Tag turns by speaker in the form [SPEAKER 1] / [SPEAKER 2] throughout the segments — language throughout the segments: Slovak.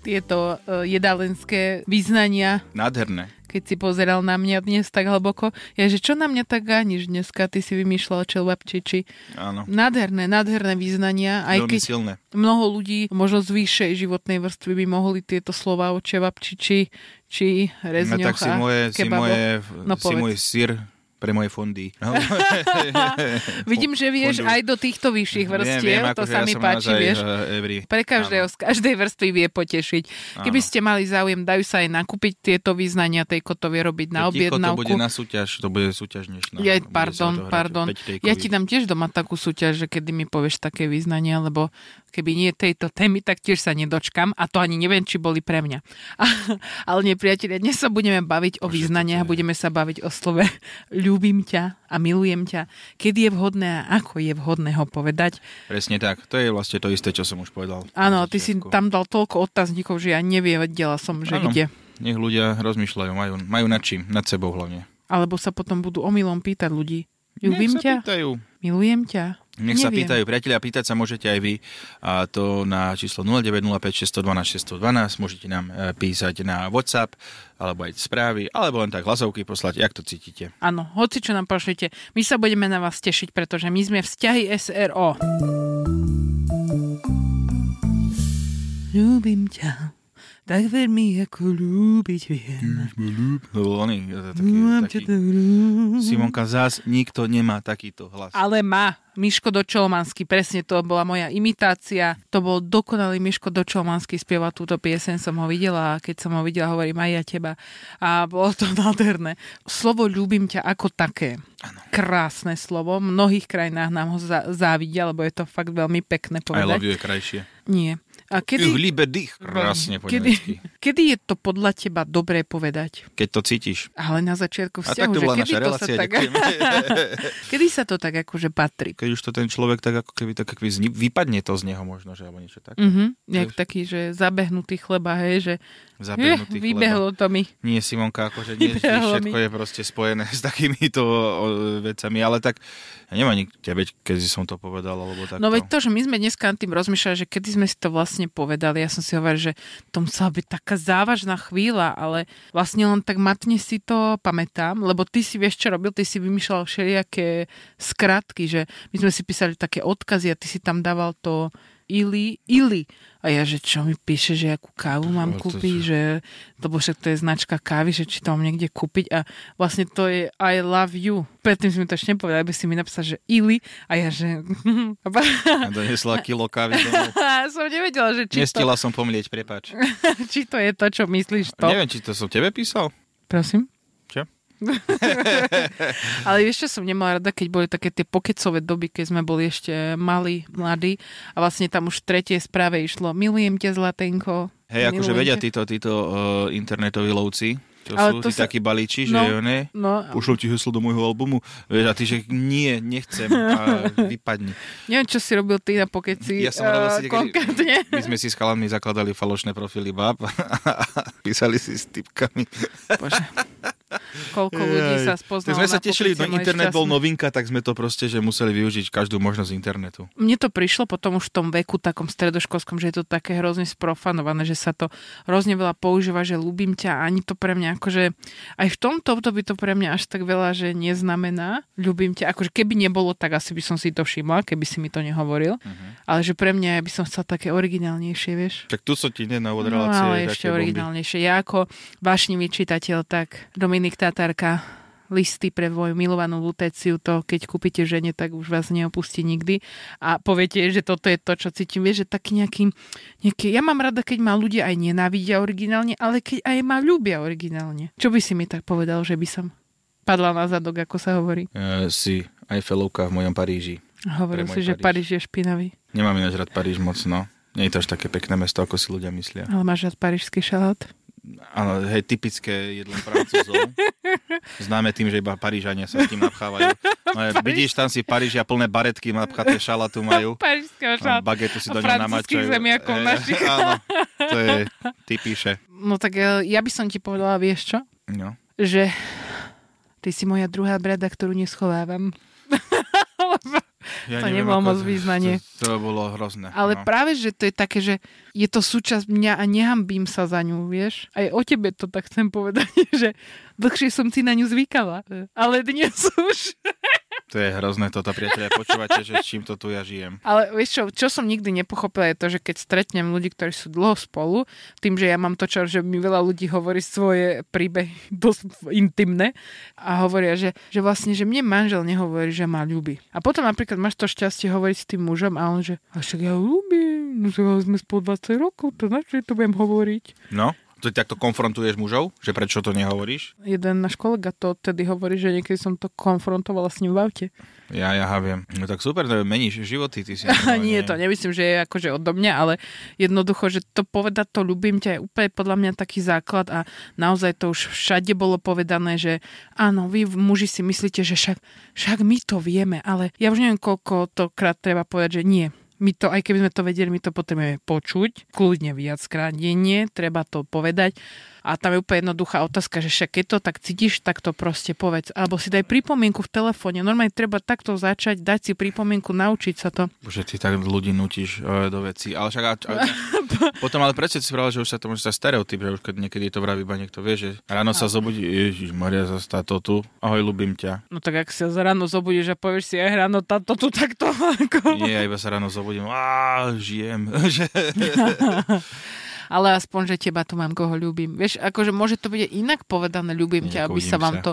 [SPEAKER 1] tieto e, jedálenské význania,
[SPEAKER 2] Nádherné.
[SPEAKER 1] keď si pozeral na mňa dnes tak hlboko. Ja, že čo na mňa tak ganiš dneska? Ty si vymýšľal čelvapčiči.
[SPEAKER 3] No.
[SPEAKER 2] Áno.
[SPEAKER 1] Nádherné, nádherné význania. No, Aj
[SPEAKER 2] Veľmi
[SPEAKER 1] keď
[SPEAKER 2] silné.
[SPEAKER 1] mnoho ľudí, možno z vyššej životnej vrstvy by mohli tieto slova o čevapčiči či
[SPEAKER 2] No
[SPEAKER 1] rezňoch
[SPEAKER 2] tak si
[SPEAKER 1] a
[SPEAKER 2] moje, si,
[SPEAKER 1] kebaboch.
[SPEAKER 2] moje,
[SPEAKER 1] No
[SPEAKER 2] si
[SPEAKER 1] povedz.
[SPEAKER 2] môj sír pre moje fondy. No,
[SPEAKER 1] Vidím, že vieš
[SPEAKER 2] fondu.
[SPEAKER 1] aj do týchto vyšších vrstiev, to
[SPEAKER 2] akože
[SPEAKER 1] sa mi
[SPEAKER 2] som
[SPEAKER 1] páči,
[SPEAKER 2] naozaj,
[SPEAKER 1] vieš.
[SPEAKER 2] eh, every.
[SPEAKER 1] Pre každého, z každej vrstvy vie potešiť. Keby ste mali záujem, dajú sa aj nakúpiť tieto význania, tej kotovie robiť na
[SPEAKER 2] To ticho, To bude
[SPEAKER 1] objednávku.
[SPEAKER 2] na súťaž, to bude súťaž dnešná.
[SPEAKER 1] Ja,
[SPEAKER 2] Bude sa
[SPEAKER 1] pardon,
[SPEAKER 2] odohrať
[SPEAKER 1] pardon.
[SPEAKER 2] päť tejkových.
[SPEAKER 1] Ja ti dám tiež doma takú súťaž, že kedy mi povieš také význanie, lebo keby nie tejto témy, tak tiež sa nedočkam a to ani neviem, či boli pre mňa. Ale nie, priatelia, dnes sa budeme baviť o význaniach a budeme sa baviť o slove ľúbim ťa a milujem ťa. Kedy je vhodné a ako je vhodné ho povedať.
[SPEAKER 2] Presne tak, to je vlastne to isté, čo som už povedal.
[SPEAKER 1] Áno,
[SPEAKER 2] Na
[SPEAKER 1] ty si
[SPEAKER 2] začiatku.
[SPEAKER 1] tam dal toľko otáznikov, že ja nevedela som, že
[SPEAKER 2] Áno.
[SPEAKER 1] kde.
[SPEAKER 2] Nech ľudia rozmýšľajú, majú, majú nad čím, nad sebou hlavne.
[SPEAKER 1] Alebo sa potom budú omylom pýtať ľudí. Ľúbim
[SPEAKER 2] Nech sa
[SPEAKER 1] ťa,
[SPEAKER 2] pýtajú.
[SPEAKER 1] milujem ťa.
[SPEAKER 2] Nech sa
[SPEAKER 1] Neviem.
[SPEAKER 2] pýtajú priatelia, pýtať sa môžete aj vy a to na číslo 0905 612 612, môžete nám e, písať na WhatsApp, alebo aj správy, alebo len tak hlasovky poslať, jak to cítite.
[SPEAKER 1] Áno, hoci čo nám pošlite, my sa budeme na vás tešiť, pretože my sme vzťahy SRO. Ľúbim ťa, tak veľmi ako ľúbiť viem.
[SPEAKER 2] To bol oný, e, taký,
[SPEAKER 1] Mm, Mám mhm. ťa
[SPEAKER 2] taký.
[SPEAKER 1] tak ľúbiť.
[SPEAKER 2] Simonka, zás nikto nemá takýto hlas.
[SPEAKER 1] Ale má. Miško Dočolmanský, presne to bola moja imitácia. To bol dokonalý Miško Dočolmanský, spieva túto piesen, som ho videla a keď som ho videla, hovorím aj ja teba. A bolo to nádherné. Slovo ľúbim ťa ako také. Ano. Krásne slovo. V mnohých krajinách nám ho za- závidia, lebo je to fakt veľmi pekné
[SPEAKER 2] I love
[SPEAKER 1] povedať.
[SPEAKER 2] you je krajšie.
[SPEAKER 1] Nie. A
[SPEAKER 2] Ich
[SPEAKER 1] kedy,
[SPEAKER 2] liebe dich. Krásne po
[SPEAKER 1] kedy,
[SPEAKER 2] nemecky.
[SPEAKER 1] kedy je to podľa teba dobré povedať?
[SPEAKER 2] Keď to cítiš.
[SPEAKER 1] Ale na začiatku
[SPEAKER 2] A tak
[SPEAKER 1] vzťahu,
[SPEAKER 2] to bola
[SPEAKER 1] že kedy, to
[SPEAKER 2] naša
[SPEAKER 1] sa
[SPEAKER 2] relácia,
[SPEAKER 1] tak,
[SPEAKER 2] ďakujeme.
[SPEAKER 1] kedy sa to tak akože patrí?
[SPEAKER 2] Keď už to ten človek tak ako keby tak keby zni- vypadne to z neho možno, že alebo niečo také.
[SPEAKER 1] Mhm, jak taký, že zabehnutý chleba, hej, že eh,
[SPEAKER 2] Zabehnutý chleba.
[SPEAKER 1] vybehlo to mi.
[SPEAKER 2] Nie, Simonka, akože nie, vždy
[SPEAKER 1] Vybehlo
[SPEAKER 2] všetko je proste spojené s takýmito o, vecami, ale tak ja nemám nikde, veď, keď som to povedal, alebo takto.
[SPEAKER 1] No veď to, že my sme dneska nad tým rozmýšľali, že kedy sme si to vlastne povedali, ja som si hovoril, že to musela byť taká závažná chvíľa, ale vlastne len tak matne si to pamätám, lebo ty si vieš, čo robil, ty si vymýšľal všelijaké skratky, že my sme si písali také odkazy a ty si tam dával to Ili, Ili. A ja, že čo mi píše, že akú kávu mám
[SPEAKER 2] Ale No, to
[SPEAKER 1] kúpiť,
[SPEAKER 2] čo?
[SPEAKER 1] že lebo však to je značka kávy, že či to mám niekde kúpiť a vlastne to je I love you. Predtým si mi to ešte nepovedal, aby si mi napísal, že Ili a ja, že
[SPEAKER 2] A donesla kilo kávy domov.
[SPEAKER 1] a som nevedela, že či to,
[SPEAKER 2] Nestila som pomlieť, prepáč.
[SPEAKER 1] či to je to, čo myslíš to.
[SPEAKER 2] Neviem, či to som tebe písal.
[SPEAKER 1] Prosím?
[SPEAKER 2] Čo?
[SPEAKER 1] Ale vieš, čo som nemala rada, keď boli také tie pokecové doby, keď sme boli ešte malí, mladí a vlastne tam už v tretej správe išlo Milujem ťa, Zlatenko.
[SPEAKER 2] Hej, akože
[SPEAKER 1] milujem
[SPEAKER 2] vedia
[SPEAKER 1] ťa.
[SPEAKER 2] títo, títo uh, internetoví lovci, To
[SPEAKER 1] Ale
[SPEAKER 2] sú
[SPEAKER 1] to
[SPEAKER 2] to ty
[SPEAKER 1] sa-
[SPEAKER 2] sa... takí balíči, že
[SPEAKER 1] no.
[SPEAKER 2] jo, ne?
[SPEAKER 1] No,
[SPEAKER 2] Pošlem ti heslo do môjho albumu. Vieš, a ty, že nie, nechcem. A vypadni.
[SPEAKER 1] neviem, čo si robil ty na pokeci
[SPEAKER 2] Ja som robil si
[SPEAKER 1] eh,
[SPEAKER 2] niekedy-
[SPEAKER 1] konkrétne.
[SPEAKER 2] My sme si s chalanmi zakladali falošné profily bab a písali si s typkami.
[SPEAKER 1] Bože. Koľko ľudí
[SPEAKER 2] Jaj.
[SPEAKER 1] sa spoznalo
[SPEAKER 2] Tak sme sa
[SPEAKER 1] na
[SPEAKER 2] tešili,
[SPEAKER 1] pokeci,
[SPEAKER 2] no
[SPEAKER 1] moje
[SPEAKER 2] internet bol
[SPEAKER 1] šťastné.
[SPEAKER 2] novinka, tak sme to proste, že museli využiť každú možnosť internetu.
[SPEAKER 1] Mne to prišlo potom už v tom veku takom stredoškolskom, že je to také hrozne sprofanované, že sa to hrozne veľa používa, že ľúbim ťa, ani to pre mňa akože aj v tomto období to pre mňa až tak veľa, že neznamená ľúbim ťa, akože keby nebolo, tak asi by som si to všimla, keby si mi to nehovoril,
[SPEAKER 2] Mhm.
[SPEAKER 1] ale že pre mňa ja by som chcel také originálnejšie, vieš.
[SPEAKER 2] Tak tu sa ti nedá od
[SPEAKER 1] No,
[SPEAKER 2] relácie.
[SPEAKER 1] ale
[SPEAKER 2] také
[SPEAKER 1] ešte
[SPEAKER 2] bomby.
[SPEAKER 1] originálnejšie. Ja ako vášnivý čitateľ, tak Dominik Tatárka, listy pre moju milovanú Lutéciu, to keď kúpite žene, tak už vás neopustí nikdy. A poviete, jej, že toto je to, čo cítim. Vieš, že taký nejaký, nejaký... Ja mám rada, keď ma ľudia aj nenávidia originálne, ale keď aj ma ľúbia originálne. Čo by si mi tak povedal, že by som padla na zadok, ako sa hovorí?
[SPEAKER 2] Eh, si aj felovka v mojom Paríži.
[SPEAKER 1] Hovoril
[SPEAKER 2] Pre môj
[SPEAKER 1] si, že
[SPEAKER 2] Paríž.
[SPEAKER 1] Paríž je špinavý.
[SPEAKER 2] Nemám ináč rád Paríž moc, no. Nie je to až také pekné mesto, ako si ľudia myslia.
[SPEAKER 1] Ale máš rád parížský šalát?
[SPEAKER 2] Áno, hej, typické jedlo francúzov. Známe tým, že iba Parížania sa s tým napchávajú. No, je, vidíš, tam si Parížia plné baretky napchaté šalatu majú.
[SPEAKER 1] Parížského
[SPEAKER 2] A
[SPEAKER 1] šalátu.
[SPEAKER 2] bagetu si
[SPEAKER 1] A
[SPEAKER 2] do ňa
[SPEAKER 1] francúzskych
[SPEAKER 2] namačajú.
[SPEAKER 1] zemiakov
[SPEAKER 2] Eh,
[SPEAKER 1] našich.
[SPEAKER 2] Áno, to je typíše.
[SPEAKER 1] No tak e, ja by som ti povedala, vieš čo?
[SPEAKER 2] No.
[SPEAKER 1] Že ty si moja druhá brada, ktorú neschovávam.
[SPEAKER 2] Ja
[SPEAKER 1] To
[SPEAKER 2] neviem,
[SPEAKER 1] nebolo
[SPEAKER 2] ako-
[SPEAKER 1] moc význanie.
[SPEAKER 2] To, to bolo hrozné.
[SPEAKER 1] Ale
[SPEAKER 2] no.
[SPEAKER 1] práve, že to je také, že je to súčasť mňa a nehambím sa za ňu, vieš? Aj o tebe to tak chcem povedať, že dlhšie som si na ňu zvykala. Ale dnes už...
[SPEAKER 2] To je hrozné toto, priatelia. Počúvate, že s čím to tu ja žijem.
[SPEAKER 1] Ale vieš čo, čo som nikdy nepochopila je to, že keď stretnem ľudí, ktorí sú dlho spolu, tým, že ja mám to čar, že mi veľa ľudí hovorí svoje príbehy dosť intimné a hovoria, že, že vlastne, že mne manžel nehovorí, že ma ľúbi. A potom napríklad máš to šťastie hovoriť s tým mužom a on že, a však ja ho ľúbim, no však ale sme spolu 20 rokov, to na čo to budem hovoriť.
[SPEAKER 2] No, to takto konfrontuješ mužov, že prečo to nehovoríš?
[SPEAKER 1] Jeden náš kolega to tedy hovorí, že niekedy som to konfrontovala s ním v aute.
[SPEAKER 2] Ja, ja viem. No tak super, to meníš životy, ty si.
[SPEAKER 1] Nie, to nemyslím, že je akože odo mňa, ale jednoducho, že to povedať to ľubím ťa je úplne podľa mňa taký základ a naozaj to už všade bolo povedané, že áno, vy muži si myslíte, že však, však my to vieme, ale ja už neviem, koľko to krát treba povedať, že nie. My to, aj keby sme to vedeli, my to potrebujeme počuť, kľudne viackrát denne, treba to povedať. A tam je úplne jednoduchá otázka, že však keď to tak cítiš, tak to proste povedz. Alebo si daj pripomienku v telefóne. Normálne treba takto začať, dať si pripomienku, naučiť sa to.
[SPEAKER 2] Bože, ty tak ľudí nutíš e, do veci. Ale však... A, a, potom ale prečo si pravil, že už sa to môže stať stereotyp, že už keď niekedy to vraví iba niekto vie, že ráno sa zobudí, Ježiš, Maria, zastá to tu, ahoj, ľubím ťa.
[SPEAKER 1] No tak ak sa za ráno zobudíš a povieš si aj ráno táto tu takto. Ako...
[SPEAKER 2] Nie, ja iba sa ráno zobudím, a žijem. Že-
[SPEAKER 1] Ale aspoň, že teba tu mám, koho ľúbim. Vieš, akože môže to byť aj inak povedané, ľúbim ťa, aby
[SPEAKER 2] Nekoudím
[SPEAKER 1] sa vám to...
[SPEAKER 2] sa.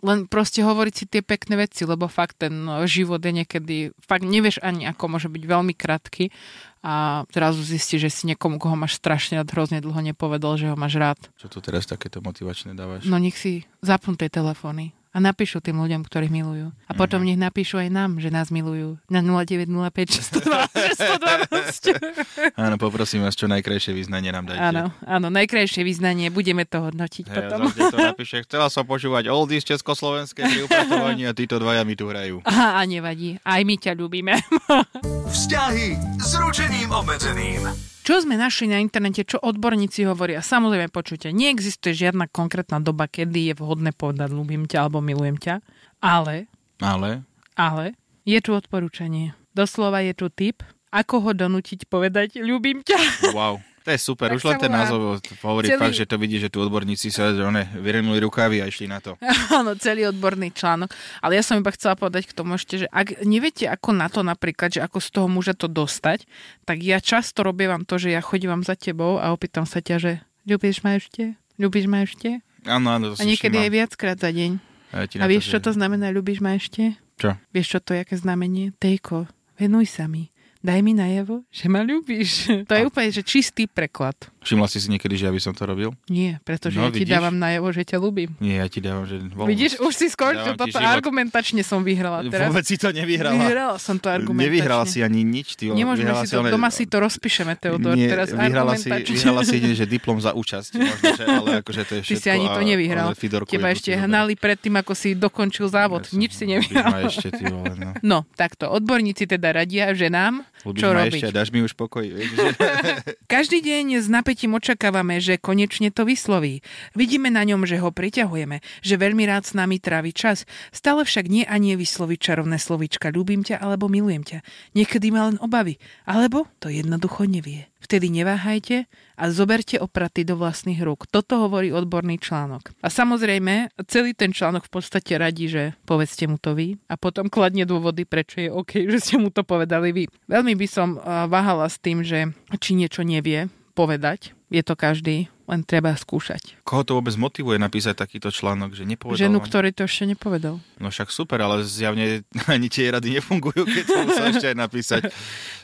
[SPEAKER 1] Len proste hovoriť si tie pekné veci, lebo fakt ten no, život je niekedy... Fakt nevieš ani, ako môže byť veľmi krátky a zrazu zistíš, že si niekomu, koho máš strašne rád, hrozne dlho nepovedal, že ho máš rád.
[SPEAKER 2] Čo tu teraz takéto motivačné dávaš?
[SPEAKER 1] No nech si zapnú tie telefóny a napíšu tým ľuďom, ktorých milujú. A potom nech napíšu aj nám, že nás milujú na 0905 612 612.
[SPEAKER 2] Áno, poprosím vás, čo najkrajšie význanie nám dajte.
[SPEAKER 1] Áno, áno, najkrajšie vyznanie, budeme to hodnotiť
[SPEAKER 2] Hej,
[SPEAKER 1] potom.
[SPEAKER 2] potom. to napíše, chcela som počúvať oldies československé pri upratovaní a títo dvaja mi tu hrajú.
[SPEAKER 1] Aha, a nevadí, aj my ťa ľúbime.
[SPEAKER 4] Vzťahy s ručením obmedzeným.
[SPEAKER 1] Čo sme našli na internete, čo odborníci hovoria? Samozrejme, počujte, neexistuje žiadna konkrétna doba, kedy je vhodné povedať ľúbim ťa alebo milujem ťa, ale
[SPEAKER 2] Ale?
[SPEAKER 1] Ale je tu odporúčanie. Doslova je tu tip, ako ho donútiť povedať ľúbim ťa.
[SPEAKER 2] Wow. To je super,
[SPEAKER 1] Tak
[SPEAKER 2] už len
[SPEAKER 1] sa
[SPEAKER 2] ten
[SPEAKER 1] volá.
[SPEAKER 2] názov hovorí
[SPEAKER 1] Celý-
[SPEAKER 2] Celý... fakt, že to vidí, že tu odborníci sa že one, vyrenuli rukavy a išli na to.
[SPEAKER 1] Áno, celý odborný článok. Ale ja som iba chcela povedať k tomu ešte, že ak neviete ako na to napríklad, že ako z toho muža to dostať, tak ja často robievam to, že ja chodím za tebou a opýtam sa ťa, že ľúbiš ma ešte? Ľúbiš ma ešte?
[SPEAKER 2] Áno, áno, to
[SPEAKER 1] A
[SPEAKER 2] si
[SPEAKER 1] niekedy aj
[SPEAKER 2] všímam.
[SPEAKER 1] viackrát za deň.
[SPEAKER 2] A ja ti
[SPEAKER 1] A
[SPEAKER 2] na
[SPEAKER 1] vieš, čo
[SPEAKER 2] že-
[SPEAKER 1] to znamená ľúbiš ma ešte?
[SPEAKER 2] Čo?
[SPEAKER 1] Vieš, čo to je, aké znamenie? Tejko, venuj sa mi. Daj mi najavo, že ma ľúbiš. To je úplne, že čistý preklad.
[SPEAKER 2] Všimla si si niekedy, že ja by som to robil?
[SPEAKER 1] Nie, pretože
[SPEAKER 2] No,
[SPEAKER 1] ja ti
[SPEAKER 2] vidíš?
[SPEAKER 1] dávam najavo, že ťa ľúbim.
[SPEAKER 2] Nie, ja ti dávam, že voľnosť.
[SPEAKER 1] Vidíš, už si skončil
[SPEAKER 2] Dávam ti
[SPEAKER 1] toto,
[SPEAKER 2] život.
[SPEAKER 1] argumentačne som vyhrala teraz.
[SPEAKER 2] Vôbec si to nevyhrala.
[SPEAKER 1] Vyhrala som to argumentačne.
[SPEAKER 2] Nevyhrala si ani nič, ty. vole,
[SPEAKER 1] Nemôžeme
[SPEAKER 2] vyhrala
[SPEAKER 1] si to,
[SPEAKER 2] len-
[SPEAKER 1] doma si to rozpíšeme, Teodor,
[SPEAKER 2] Nie,
[SPEAKER 1] teraz
[SPEAKER 2] vyhrala si,
[SPEAKER 1] argumentačne.
[SPEAKER 2] vyhrala si jedine, že diplom za účasť, možno, že, ale akože to je
[SPEAKER 1] Ty
[SPEAKER 2] všetko.
[SPEAKER 1] si ani to
[SPEAKER 2] a-
[SPEAKER 1] nevyhral.
[SPEAKER 2] ale Fidorku
[SPEAKER 1] Teba
[SPEAKER 2] je
[SPEAKER 1] ešte
[SPEAKER 2] budúci
[SPEAKER 1] hnali pred tým, ako si dokončil závod.
[SPEAKER 2] Jasne.
[SPEAKER 1] Nič si
[SPEAKER 2] Ľubíš ma
[SPEAKER 1] nevyhral.
[SPEAKER 2] ešte, ty vole, no.
[SPEAKER 1] No, takto. Odborníci teda radia ženám,
[SPEAKER 2] Ľubíš
[SPEAKER 1] čo
[SPEAKER 2] ma
[SPEAKER 1] robiť.
[SPEAKER 2] ešte, a dáš mi už pokoj. Vieš, že...
[SPEAKER 1] Každý deň s napätím očakávame, že konečne to vysloví. Vidíme na ňom, že ho priťahujeme, že veľmi rád s nami trávi čas. Stále však nie a nie vysloví čarovné slovíčka ľúbim ťa alebo milujem ťa. Niekedy má len obavy, alebo to jednoducho nevie. Vtedy neváhajte a zoberte opraty do vlastných rúk. Toto hovorí odborný článok. A samozrejme, celý ten článok v podstate radí, že povedzte mu to vy a potom kladne dôvody, prečo je OK, že ste mu to povedali vy. Veľmi by som a, váhala s tým, že či niečo nevie povedať. Je to každý, len treba skúšať.
[SPEAKER 2] Koho to vôbec motivuje napísať takýto článok, že nepovedal
[SPEAKER 1] Ženu,
[SPEAKER 2] vám?
[SPEAKER 1] ktorý to ešte nepovedal.
[SPEAKER 2] No však super, ale zjavne ani tie rady nefungujú, keď to musel ešte aj napísať.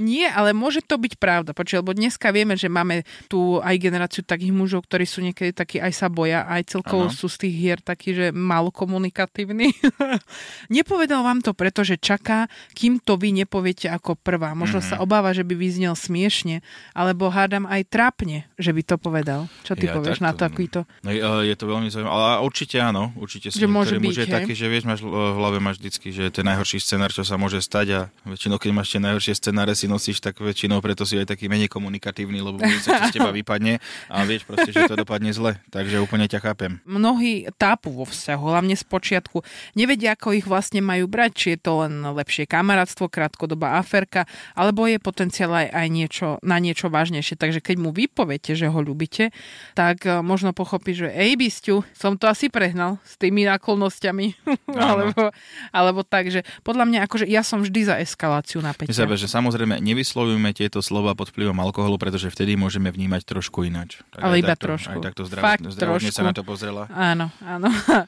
[SPEAKER 1] Nie, ale môže to byť pravda, počuť, lebo dneska vieme, že máme tu aj generáciu takých mužov, ktorí sú niekedy takí, aj sa boja, aj celkovo
[SPEAKER 2] Áno.
[SPEAKER 1] sú z tých hier takí, že málo komunikatívni. Nepovedal vám to, pretože čaká, kým to vy nepoviete ako prvá. Možno
[SPEAKER 2] Mhm.
[SPEAKER 1] mm-hmm. sa obáva, že by vyznel smiešne, alebo hádam aj trápne, že by to povedal. Čo ty
[SPEAKER 2] Ja
[SPEAKER 1] povieš
[SPEAKER 2] takto,
[SPEAKER 1] na
[SPEAKER 2] no.
[SPEAKER 1] takýto?
[SPEAKER 2] No, e, je to veľmi zaujímavé, ale určite áno, určite sú
[SPEAKER 1] Že môže
[SPEAKER 2] niektorí
[SPEAKER 1] byť,
[SPEAKER 2] muži
[SPEAKER 1] hej?
[SPEAKER 2] takí, že vieš, máš e, v hlave máš vždycky, že to je najhorší scenár, čo sa môže stať a väčšinou, keď máš tie najhoršie scenáre si nosíš, tak väčšinou preto si aj taký menej komunikatívny, lebo bojíš sa, čo z teba vypadne a vieš proste, že to dopadne zle, takže úplne ťa chápem.
[SPEAKER 1] mnohí tápu vo vzťahu, hlavne z počiatku. Nevedia, ako ich vlastne majú brať, či je to len lepšie kamarátstvo, krátkodobá aferka, alebo je potenciál aj, aj niečo, na niečo vážnejšie. Takže keď mu vypoviete, že ho ľubíte, tak eh, možno pochopí, že ej, bysťu, som to asi prehnal s tými náklonnosťami. alebo, alebo tak, že podľa mňa, akože ja som vždy za eskaláciu napätia.
[SPEAKER 2] Sebe, že samozrejme nevyslovujeme tieto slova pod vplyvom alkoholu, pretože vtedy môžeme vnímať trošku ináč. Tak
[SPEAKER 1] Ale
[SPEAKER 2] aj
[SPEAKER 1] iba
[SPEAKER 2] takto,
[SPEAKER 1] trošku.
[SPEAKER 2] Aj takto
[SPEAKER 1] Fakt
[SPEAKER 2] zdravotne, zdravotne sa
[SPEAKER 1] trošku.
[SPEAKER 2] na to pozrela.
[SPEAKER 1] Áno, áno.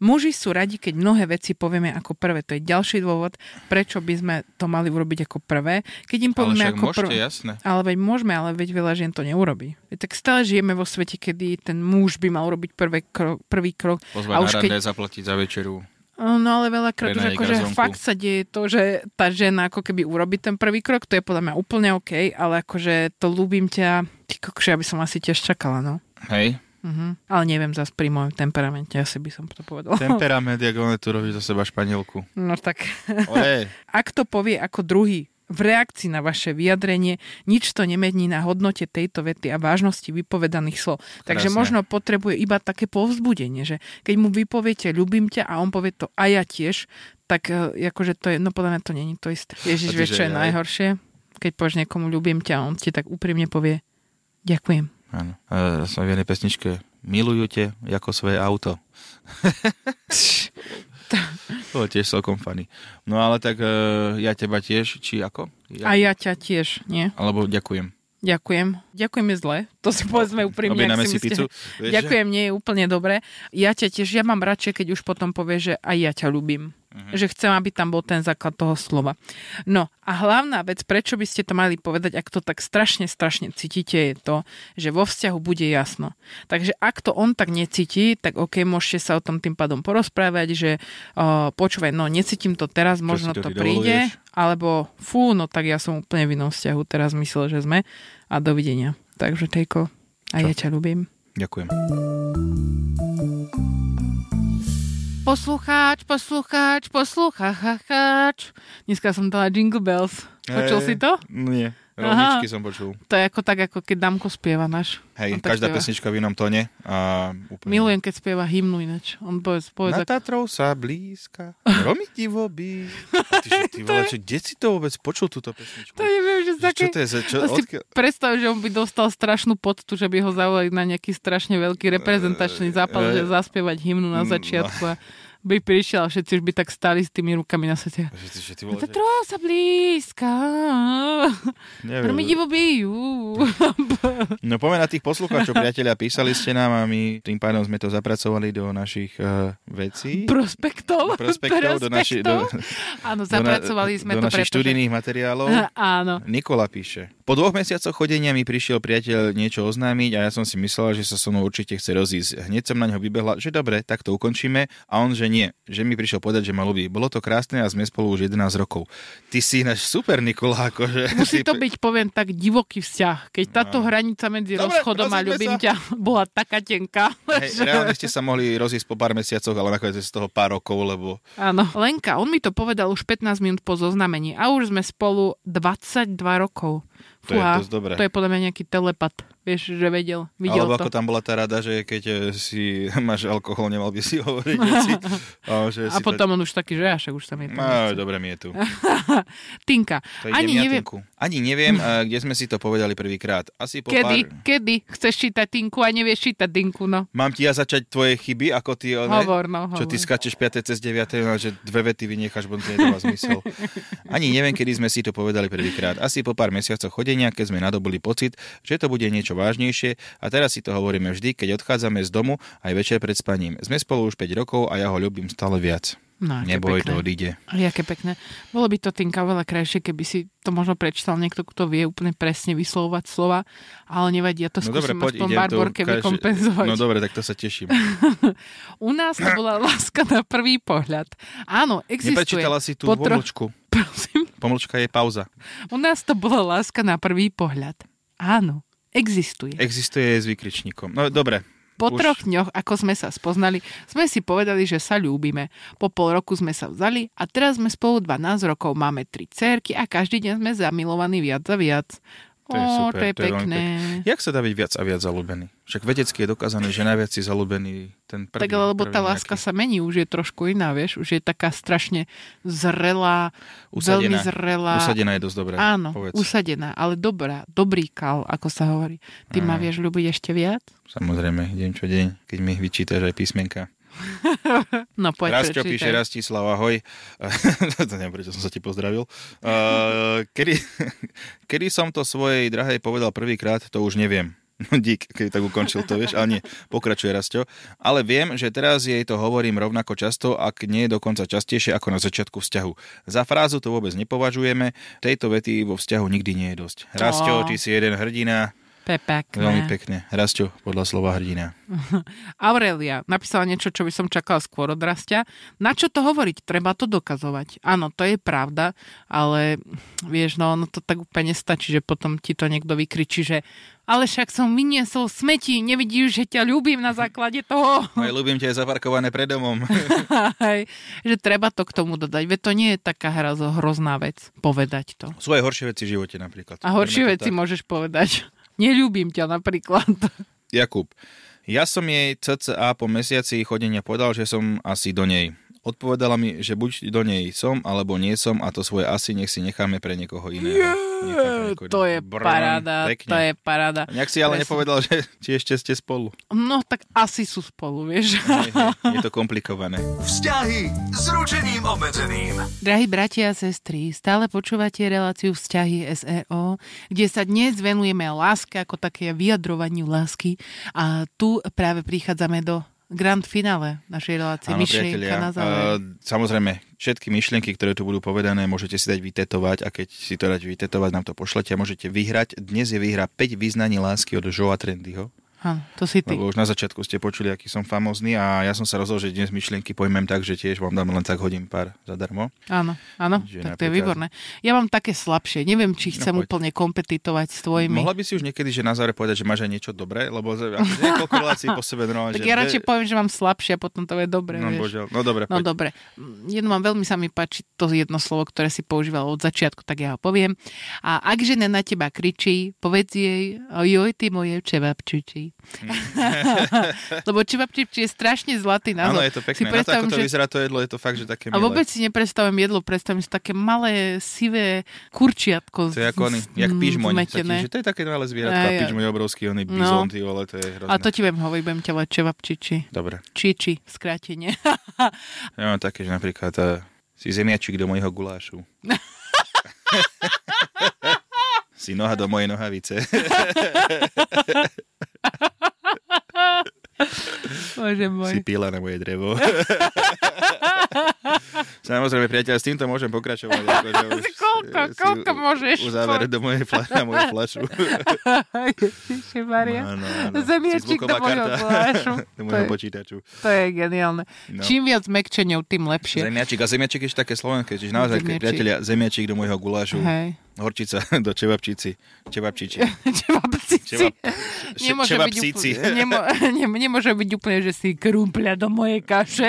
[SPEAKER 1] Muži sú radi, keď mnohé veci povieme ako prvé. To je ďalší dôvod, prečo by sme to mali urobiť ako prvé. Keď im
[SPEAKER 2] Ale
[SPEAKER 1] povieme
[SPEAKER 2] však
[SPEAKER 1] ako
[SPEAKER 2] môžete,
[SPEAKER 1] prvé.
[SPEAKER 2] jasné.
[SPEAKER 1] Ale veď môžeme, ale veď veľa žien to neurobí. Veď tak stále žijeme vo svete, kedy ten muž by mal robiť prvé krok, prvý krok.
[SPEAKER 2] Pozvať na rande, zaplatiť za večeru.
[SPEAKER 1] No ale veľakrát už
[SPEAKER 2] Prenajde
[SPEAKER 1] akože
[SPEAKER 2] garzónku.
[SPEAKER 1] fakt sa deje to, že tá žena ako keby urobí ten prvý krok, to je podľa mňa úplne OK, ale akože to ľúbim ťa, ty kokšie, aby som asi tiež čakala, no.
[SPEAKER 2] Hej?
[SPEAKER 1] Mhm. Ale neviem, zase pri mojom temperamente asi by som to povedala.
[SPEAKER 2] Temperament, jak ona tu robí za seba španielku.
[SPEAKER 1] No tak,
[SPEAKER 2] Ole,
[SPEAKER 1] ak to povie ako druhý v reakcii na vaše vyjadrenie, nič to nemení na hodnote tejto vety a vážnosti vypovedaných slov. Takže
[SPEAKER 2] Krásne.
[SPEAKER 1] možno potrebuje iba také povzbudenie, že keď mu vypoviete ľubím ťa a on povie to a ja tiež, tak e, akože to je, no podľa mňa to není to isté. Ježiš,
[SPEAKER 2] A
[SPEAKER 1] vieš, čo je
[SPEAKER 2] tyže, aj.
[SPEAKER 1] najhoršie? Keď povieš niekomu ľubím ťa a on ti tak úprimne povie ďakujem.
[SPEAKER 2] Áno. E, som v jednej pesničke. Milujú te ako svoje auto. to je tiež celkom funny. No ale tak e, ja teba tiež, či ako?
[SPEAKER 1] A ja ťa tiež, nie?
[SPEAKER 2] Alebo ďakujem.
[SPEAKER 1] Ďakujem. Ďakujem je zle. To si povedzme úprimne. ak
[SPEAKER 2] Objednáme si
[SPEAKER 1] myslíte.
[SPEAKER 2] pizzu. Vieš, že-
[SPEAKER 1] Ďakujem, nie je úplne dobre. Ja ťa tiež, ja mám radšej, keď už potom povie, že aj ja ťa ľúbim.
[SPEAKER 2] Mhm.
[SPEAKER 1] Uh-huh. Že chcem, aby tam bol ten základ toho slova. No a hlavná vec, prečo by ste to mali povedať, ak to tak strašne, strašne cítite, je to, že vo vzťahu bude jasno. Takže ak to on tak necíti, tak OK, môžete sa o tom tým pádom porozprávať, že uh, počúvaj, no necítim to teraz, možno
[SPEAKER 2] si to
[SPEAKER 1] to,
[SPEAKER 2] ty
[SPEAKER 1] príde,
[SPEAKER 2] dovoluješ?
[SPEAKER 1] alebo fú, no tak ja som úplne v inom vzťahu, teraz myslel, že sme a dovidenia. Takže Tejko, aj
[SPEAKER 2] Čo?
[SPEAKER 1] ja ťa ľúbim.
[SPEAKER 2] Ďakujem.
[SPEAKER 1] Poslucháč, poslucháč, poslucháč. Dneska som dala Jingle Bells. Počul
[SPEAKER 2] E,
[SPEAKER 1] si to?
[SPEAKER 2] Nie.
[SPEAKER 1] Aha.
[SPEAKER 2] Rovničky som počul.
[SPEAKER 1] To je ako tak, ako keď Damko spieva náš.
[SPEAKER 2] Hej,
[SPEAKER 1] On No, tak
[SPEAKER 2] každá
[SPEAKER 1] spieva.
[SPEAKER 2] pesnička v inom tóne. A úplne...
[SPEAKER 1] Milujem, keď spieva hymnu ináč. On povedz, povedz.
[SPEAKER 2] Na
[SPEAKER 1] Ako...
[SPEAKER 2] Tatrou sa blízka, Romy divo by. A Ty, že, ty vole, čo, kde si to vôbec počul túto pesničku?
[SPEAKER 1] To neviem, že z
[SPEAKER 2] Že
[SPEAKER 1] také...
[SPEAKER 2] Čo to je? za- Čo,
[SPEAKER 1] To si
[SPEAKER 2] odkiaľ-
[SPEAKER 1] predstav, že on by dostal strašnú poctu, že by ho zavolali na nejaký strašne veľký reprezentačný zápas,
[SPEAKER 2] E,
[SPEAKER 1] že zaspievať hymnu na
[SPEAKER 2] no.
[SPEAKER 1] začiatku a by prišiel a všetci už by tak stáli s tými rukami na svete.
[SPEAKER 3] Že ty, že ty
[SPEAKER 1] Tá
[SPEAKER 3] vole, že...
[SPEAKER 1] trosa blízka, veľmi divo bijú.
[SPEAKER 2] No poďme na tých poslucháčov, priatelia, písali ste nám a my tým pádom sme to zapracovali do našich eh, vecí.
[SPEAKER 1] Prospektov.
[SPEAKER 2] Prospektov do naši- do-
[SPEAKER 1] Áno,
[SPEAKER 2] do na-
[SPEAKER 1] zapracovali sme
[SPEAKER 2] do
[SPEAKER 1] to.
[SPEAKER 2] našich
[SPEAKER 1] pretože-
[SPEAKER 2] študijných materiálov.
[SPEAKER 1] Áno.
[SPEAKER 2] Nikola píše. Po dvoch mesiacoch chodenia mi prišiel priateľ niečo oznámiť a ja som si myslela, že sa so mnou určite chce rozísť. Hneď som na neho vybehla, že dobre, tak to ukončíme a on, že nie. Že mi prišiel povedať, že ma ľubí. Bolo to krásne a sme spolu už 11 rokov. Ty si náš super, Nikola, akože.
[SPEAKER 1] Musí to
[SPEAKER 2] Ty pe-
[SPEAKER 1] byť, poviem tak, divoký vzťah. Keď táto
[SPEAKER 2] Áno.
[SPEAKER 1] hranica medzi
[SPEAKER 2] Dobre,
[SPEAKER 1] rozchodom a
[SPEAKER 2] rozídme
[SPEAKER 1] ľubím
[SPEAKER 2] sa.
[SPEAKER 1] ťa bola taká tenká.
[SPEAKER 2] Hej, reálne ste sa mohli rozísť po pár mesiacoch, ale nakoniec je z toho pár rokov, lebo
[SPEAKER 1] Áno. Lenka, on mi to povedal už 15 minút po zoznamení a už sme spolu 22 rokov.
[SPEAKER 2] to je
[SPEAKER 1] Fúha,
[SPEAKER 2] dosť dobré.
[SPEAKER 1] to je podľa mňa nejaký telepat. Vieš, že vedel. Videl
[SPEAKER 2] Alebo
[SPEAKER 1] to.
[SPEAKER 2] ako tam bola tá rada, že keď eh, si máš alkohol, nemal by si hovoriť veci. A, že
[SPEAKER 1] a
[SPEAKER 2] si
[SPEAKER 1] potom on už taký, že ja však už sa mi to
[SPEAKER 2] To... No,
[SPEAKER 1] nechce.
[SPEAKER 2] dobre, mi je tu.
[SPEAKER 1] Tinka,
[SPEAKER 2] To idem
[SPEAKER 1] ani
[SPEAKER 2] ja
[SPEAKER 1] neviem,
[SPEAKER 2] tinku. Ani neviem, eh, kde sme si to povedali prvýkrát. Asi po
[SPEAKER 1] kedy,
[SPEAKER 2] pár...
[SPEAKER 1] kedy chceš čítať Tinku a nevieš čítať Tinku, no.
[SPEAKER 2] Mám ti ja začať tvoje chyby, ako ty... One...
[SPEAKER 1] Hovor, no, hovor.
[SPEAKER 2] Čo ty skáčeš 5. cez 9. no, že dve vety vynecháš, bo to nedáva zmysel. Ani neviem, kedy sme si to povedali prvýkrát. Asi po pár mesiacoch chodenia, keď sme nadobili pocit, že to bude niečo vážnejšie a teraz si to hovoríme vždy, keď odchádzame z domu aj večer pred spaním. Sme spolu už 5 rokov a ja ho ľúbim stále viac.
[SPEAKER 1] No, aké pekné.
[SPEAKER 2] Neboj, to odíde.
[SPEAKER 1] Ale Jaké pekné. Bolo by to Tinka oveľa krajšie, keby si to možno prečítal niekto, kto vie úplne presne vyslovovať slova, ale nevadí, ja to no,
[SPEAKER 2] No dobre,
[SPEAKER 1] skúsim
[SPEAKER 2] poď,
[SPEAKER 1] aspoň
[SPEAKER 2] idem to
[SPEAKER 1] Barborke
[SPEAKER 2] ukáž-
[SPEAKER 1] vykompenzovať.
[SPEAKER 2] No dobre, tak to sa teším.
[SPEAKER 1] U nás to bola láska na prvý pohľad. Áno, existuje.
[SPEAKER 2] Neprečítala si tú
[SPEAKER 1] Po troch-
[SPEAKER 2] pomlčku.
[SPEAKER 1] Prosím,
[SPEAKER 2] Pomlčka je pauza.
[SPEAKER 1] u nás to bola láska na prvý pohľad. Áno, existuje.
[SPEAKER 2] Existuje s vykričníkom. No dobre.
[SPEAKER 1] Po
[SPEAKER 2] Už-
[SPEAKER 1] troch dňoch, ako sme sa spoznali, sme si povedali, že sa ľúbime. Po pol roku sme sa vzali a teraz sme spolu 12 rokov, máme tri cerky a každý deň sme zamilovaní viac a viac.
[SPEAKER 2] To je
[SPEAKER 1] Ó,
[SPEAKER 2] super,
[SPEAKER 1] to je
[SPEAKER 2] to je veľmi
[SPEAKER 1] pekné.
[SPEAKER 2] Jak sa dá byť viac a viac zalúbený? Však vedecky je dokázané, že najviac si zalúbený ten prvý.
[SPEAKER 1] tak lebo
[SPEAKER 2] prvý
[SPEAKER 1] tá láska
[SPEAKER 2] nejaký
[SPEAKER 1] sa mení, už je trošku iná, vieš, už je taká strašne zrelá, veľmi zrelá.
[SPEAKER 2] Usadená je dosť dobrá.
[SPEAKER 1] Áno,
[SPEAKER 2] povedz.
[SPEAKER 1] usadená, ale dobrá, dobrý kal, ako sa hovorí. Ty ma
[SPEAKER 2] Mm.
[SPEAKER 1] vieš ľúbiť ešte viac?
[SPEAKER 2] Samozrejme, deň čo deň, keď mi vyčítaš aj písmenka.
[SPEAKER 1] No poď,
[SPEAKER 2] Rastio
[SPEAKER 1] prečítaj.
[SPEAKER 2] píše, Rastislav, ahoj. to neviem, prečo som sa ti pozdravil. Uh, kedy, kedy som to svojej drahej povedal prvýkrát, to už neviem. No Dík, keď tak ukončil to, vieš, ale nie, pokračuje Rastio. Ale viem, že teraz jej to hovorím rovnako často, ak nie dokonca častejšie ako na začiatku vzťahu. Za frázu to vôbec nepovažujeme, tejto vety vo vzťahu nikdy nie je dosť. Rastio,
[SPEAKER 1] Á.
[SPEAKER 2] ty si jeden hrdina,
[SPEAKER 1] Pepek.
[SPEAKER 2] veľmi pekne. Rastio, podľa slova hrdina.
[SPEAKER 1] Aurelia napísala niečo, čo by som čakala skôr od Rastia. Na čo to hovoriť? Treba to dokazovať. Áno, to je pravda, ale vieš, no ono to tak úplne nestačí, že potom ti to niekto vykričí, že ale však som vyniesol smeti, nevidíš, že ťa ľúbim na základe toho.
[SPEAKER 2] Moje ľúbim ťa je zaparkované pred domom.
[SPEAKER 1] Hej, že treba to k tomu dodať. Veď to nie je taká hra, hrozná vec povedať to.
[SPEAKER 2] Svoje horšie veci v živote napríklad.
[SPEAKER 1] A horšie
[SPEAKER 2] Berme to
[SPEAKER 1] veci
[SPEAKER 2] tak.
[SPEAKER 1] môžeš povedať. Neľúbim ťa napríklad.
[SPEAKER 2] Jakub. Ja som jej cca po mesiaci chodenia povedal, že som asi do nej. Odpovedala mi, že buď do nej som, alebo nie som a to svoje asi nech si necháme pre niekoho iného. Necháme pre niekoho
[SPEAKER 1] to
[SPEAKER 2] iného.
[SPEAKER 1] je
[SPEAKER 2] Brrm,
[SPEAKER 1] paráda,
[SPEAKER 2] Akože pekne.
[SPEAKER 1] to je paráda.
[SPEAKER 2] Nejak si ale
[SPEAKER 1] Presne.
[SPEAKER 2] nepovedal, že či ešte ste spolu.
[SPEAKER 1] No tak asi sú spolu, vieš.
[SPEAKER 2] Je, je to komplikované.
[SPEAKER 4] Vzťahy s ručením obmedzeným.
[SPEAKER 1] Drahí bratia a sestry, stále počúvate reláciu vzťahy SRO, kde sa dnes venujeme láske ako také vyjadrovaniu lásky a tu práve prichádzame do grand finále našej relácie.
[SPEAKER 2] Áno,
[SPEAKER 1] Myšlienka na
[SPEAKER 2] priatelia,
[SPEAKER 1] záver.
[SPEAKER 2] eh, samozrejme, všetky myšlienky, ktoré tu budú povedané, môžete si dať vytetovať a keď si to dať vytetovať, nám to pošlete a môžete vyhrať. Dnes je výhra 5 význaní lásky od Joa Trendyho.
[SPEAKER 1] Áno, to si ty.
[SPEAKER 2] Lebo už na začiatku ste počuli, aký som famózny a ja som sa rozhodol, že dnes myšlienky pojmem tak, že tiež vám dám len tak hodím pár zadarmo.
[SPEAKER 1] Áno, áno,
[SPEAKER 2] Že
[SPEAKER 1] tak to je
[SPEAKER 2] napríklad-
[SPEAKER 1] výborné.
[SPEAKER 2] No,
[SPEAKER 1] Ja mám také slabšie, neviem, či chcem
[SPEAKER 2] poď.
[SPEAKER 1] úplne kompetitovať s tvojimi.
[SPEAKER 2] Mohla by si už niekedy, že na záver povedať, že máš aj niečo dobré, lebo za- akože niekoľko relácií po sebe. No,
[SPEAKER 1] tak ja
[SPEAKER 2] že dve-
[SPEAKER 1] radšej poviem, že mám slabšie a potom to je dobre,
[SPEAKER 2] No,
[SPEAKER 1] vieš.
[SPEAKER 2] božiaľ. no dobre,
[SPEAKER 1] No
[SPEAKER 2] poď.
[SPEAKER 1] dobre, Mm, jedno mám veľmi sa mi páči to jedno slovo, ktoré si používal od začiatku, tak ja ho poviem. A ak žena na teba kričí, povedz jej, joj ty moje čevapčuči. zlatý. Lebo čivapčipči je strašne zlatý názov.
[SPEAKER 2] Áno, je to
[SPEAKER 1] Si
[SPEAKER 2] pekné. Na to,
[SPEAKER 1] predstavím,
[SPEAKER 2] ako to
[SPEAKER 1] že...
[SPEAKER 2] vyzerá to jedlo, je to fakt, že také
[SPEAKER 1] A
[SPEAKER 2] milé.
[SPEAKER 1] vôbec si nepredstavujem jedlo, predstavím si také malé, sivé kurčiatko.
[SPEAKER 2] To je ako oný,
[SPEAKER 1] z-
[SPEAKER 2] jak pižmoň.
[SPEAKER 1] Mm, zmetené.
[SPEAKER 2] Taký, že to je také malé zvieratko,
[SPEAKER 1] Aj,
[SPEAKER 2] a
[SPEAKER 1] aj.
[SPEAKER 2] pižmoň je obrovský, oný
[SPEAKER 1] No.
[SPEAKER 2] bizon, ty vole, to je hrozné.
[SPEAKER 1] A to ti viem hovoriť, budem ťa volať čevapčiči.
[SPEAKER 2] Dobre.
[SPEAKER 1] Čiči, skrátenie.
[SPEAKER 2] Ja mám také, že napríklad eh, si zemiačik do mojho gulášu. si noha do mojej nohavice.
[SPEAKER 1] Bože môj.
[SPEAKER 2] si pila na moje drevo. Samozrejme, priateľ, s týmto môžem pokračovať. Akože už,
[SPEAKER 1] Koľko,
[SPEAKER 2] eh, si
[SPEAKER 1] koľko
[SPEAKER 2] u-
[SPEAKER 1] môžeš?
[SPEAKER 2] Uzáver do mojej fla- na moju flašu.
[SPEAKER 1] Ježiši Maria.
[SPEAKER 2] Áno, áno.
[SPEAKER 1] Zemiačik do
[SPEAKER 2] Zvuková
[SPEAKER 1] mojho
[SPEAKER 2] karta.
[SPEAKER 1] gulášu.
[SPEAKER 2] Do
[SPEAKER 1] To
[SPEAKER 2] môjho
[SPEAKER 1] je-
[SPEAKER 2] počítaču.
[SPEAKER 1] To je geniálne.
[SPEAKER 2] No.
[SPEAKER 1] Čím viac mekčeniov, tým lepšie.
[SPEAKER 2] Zemiačik a zemiačik je ešte také slovenské, čiže naozaj,
[SPEAKER 1] Zemiačik.
[SPEAKER 2] zemiačik. priatelia, zemiačik do môjho gulášu,
[SPEAKER 1] Hej.
[SPEAKER 2] horčica do čevapčici, čevapčiči,
[SPEAKER 1] Čevapcici.
[SPEAKER 2] čevap, še- čevapsici.
[SPEAKER 1] byť úplne, nemo, ne, nemôže byť úplne, že si krúmpľa do mojej kaše,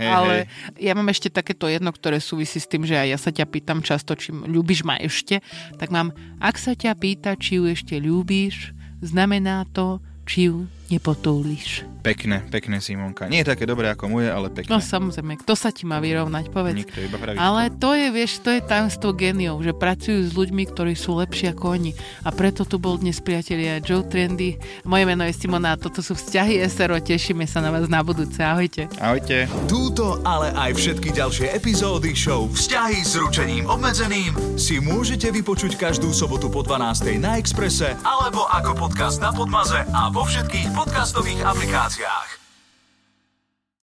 [SPEAKER 2] Hej,
[SPEAKER 1] ale ja mám ešte takéto jedno, ktoré súvisí s tým, že aj ja sa ťa pýtam často, či m- ľúbiš ma ešte, tak mám, ak sa ťa pýta, či ju ešte ľúbiš, znamená to, či ju nepotúliš.
[SPEAKER 2] Pekné, pekné Simonka. Nie je také dobré ako moje, ale
[SPEAKER 1] No
[SPEAKER 2] pekné. Mm.
[SPEAKER 1] samozrejme, kto sa ti má vyrovnať, povedz.
[SPEAKER 2] Nikto, iba praví.
[SPEAKER 1] Ale to je, vieš, to je tajomstvo geniov, že pracujú s ľuďmi, ktorí sú lepší ako oni. A preto tu bol dnes priatelia Joe Trendy. Moje meno je Simona a toto sú vzťahy SRO. Tešíme sa na vás na budúce. Ahojte.
[SPEAKER 2] Ahojte.
[SPEAKER 4] Túto, ale aj všetky ďalšie epizódy show Vzťahy s ručením obmedzeným si môžete vypočuť každú sobotu po 12. na Exprese alebo ako podcast na Podmaze a vo všetkých podcastových aplikáciách.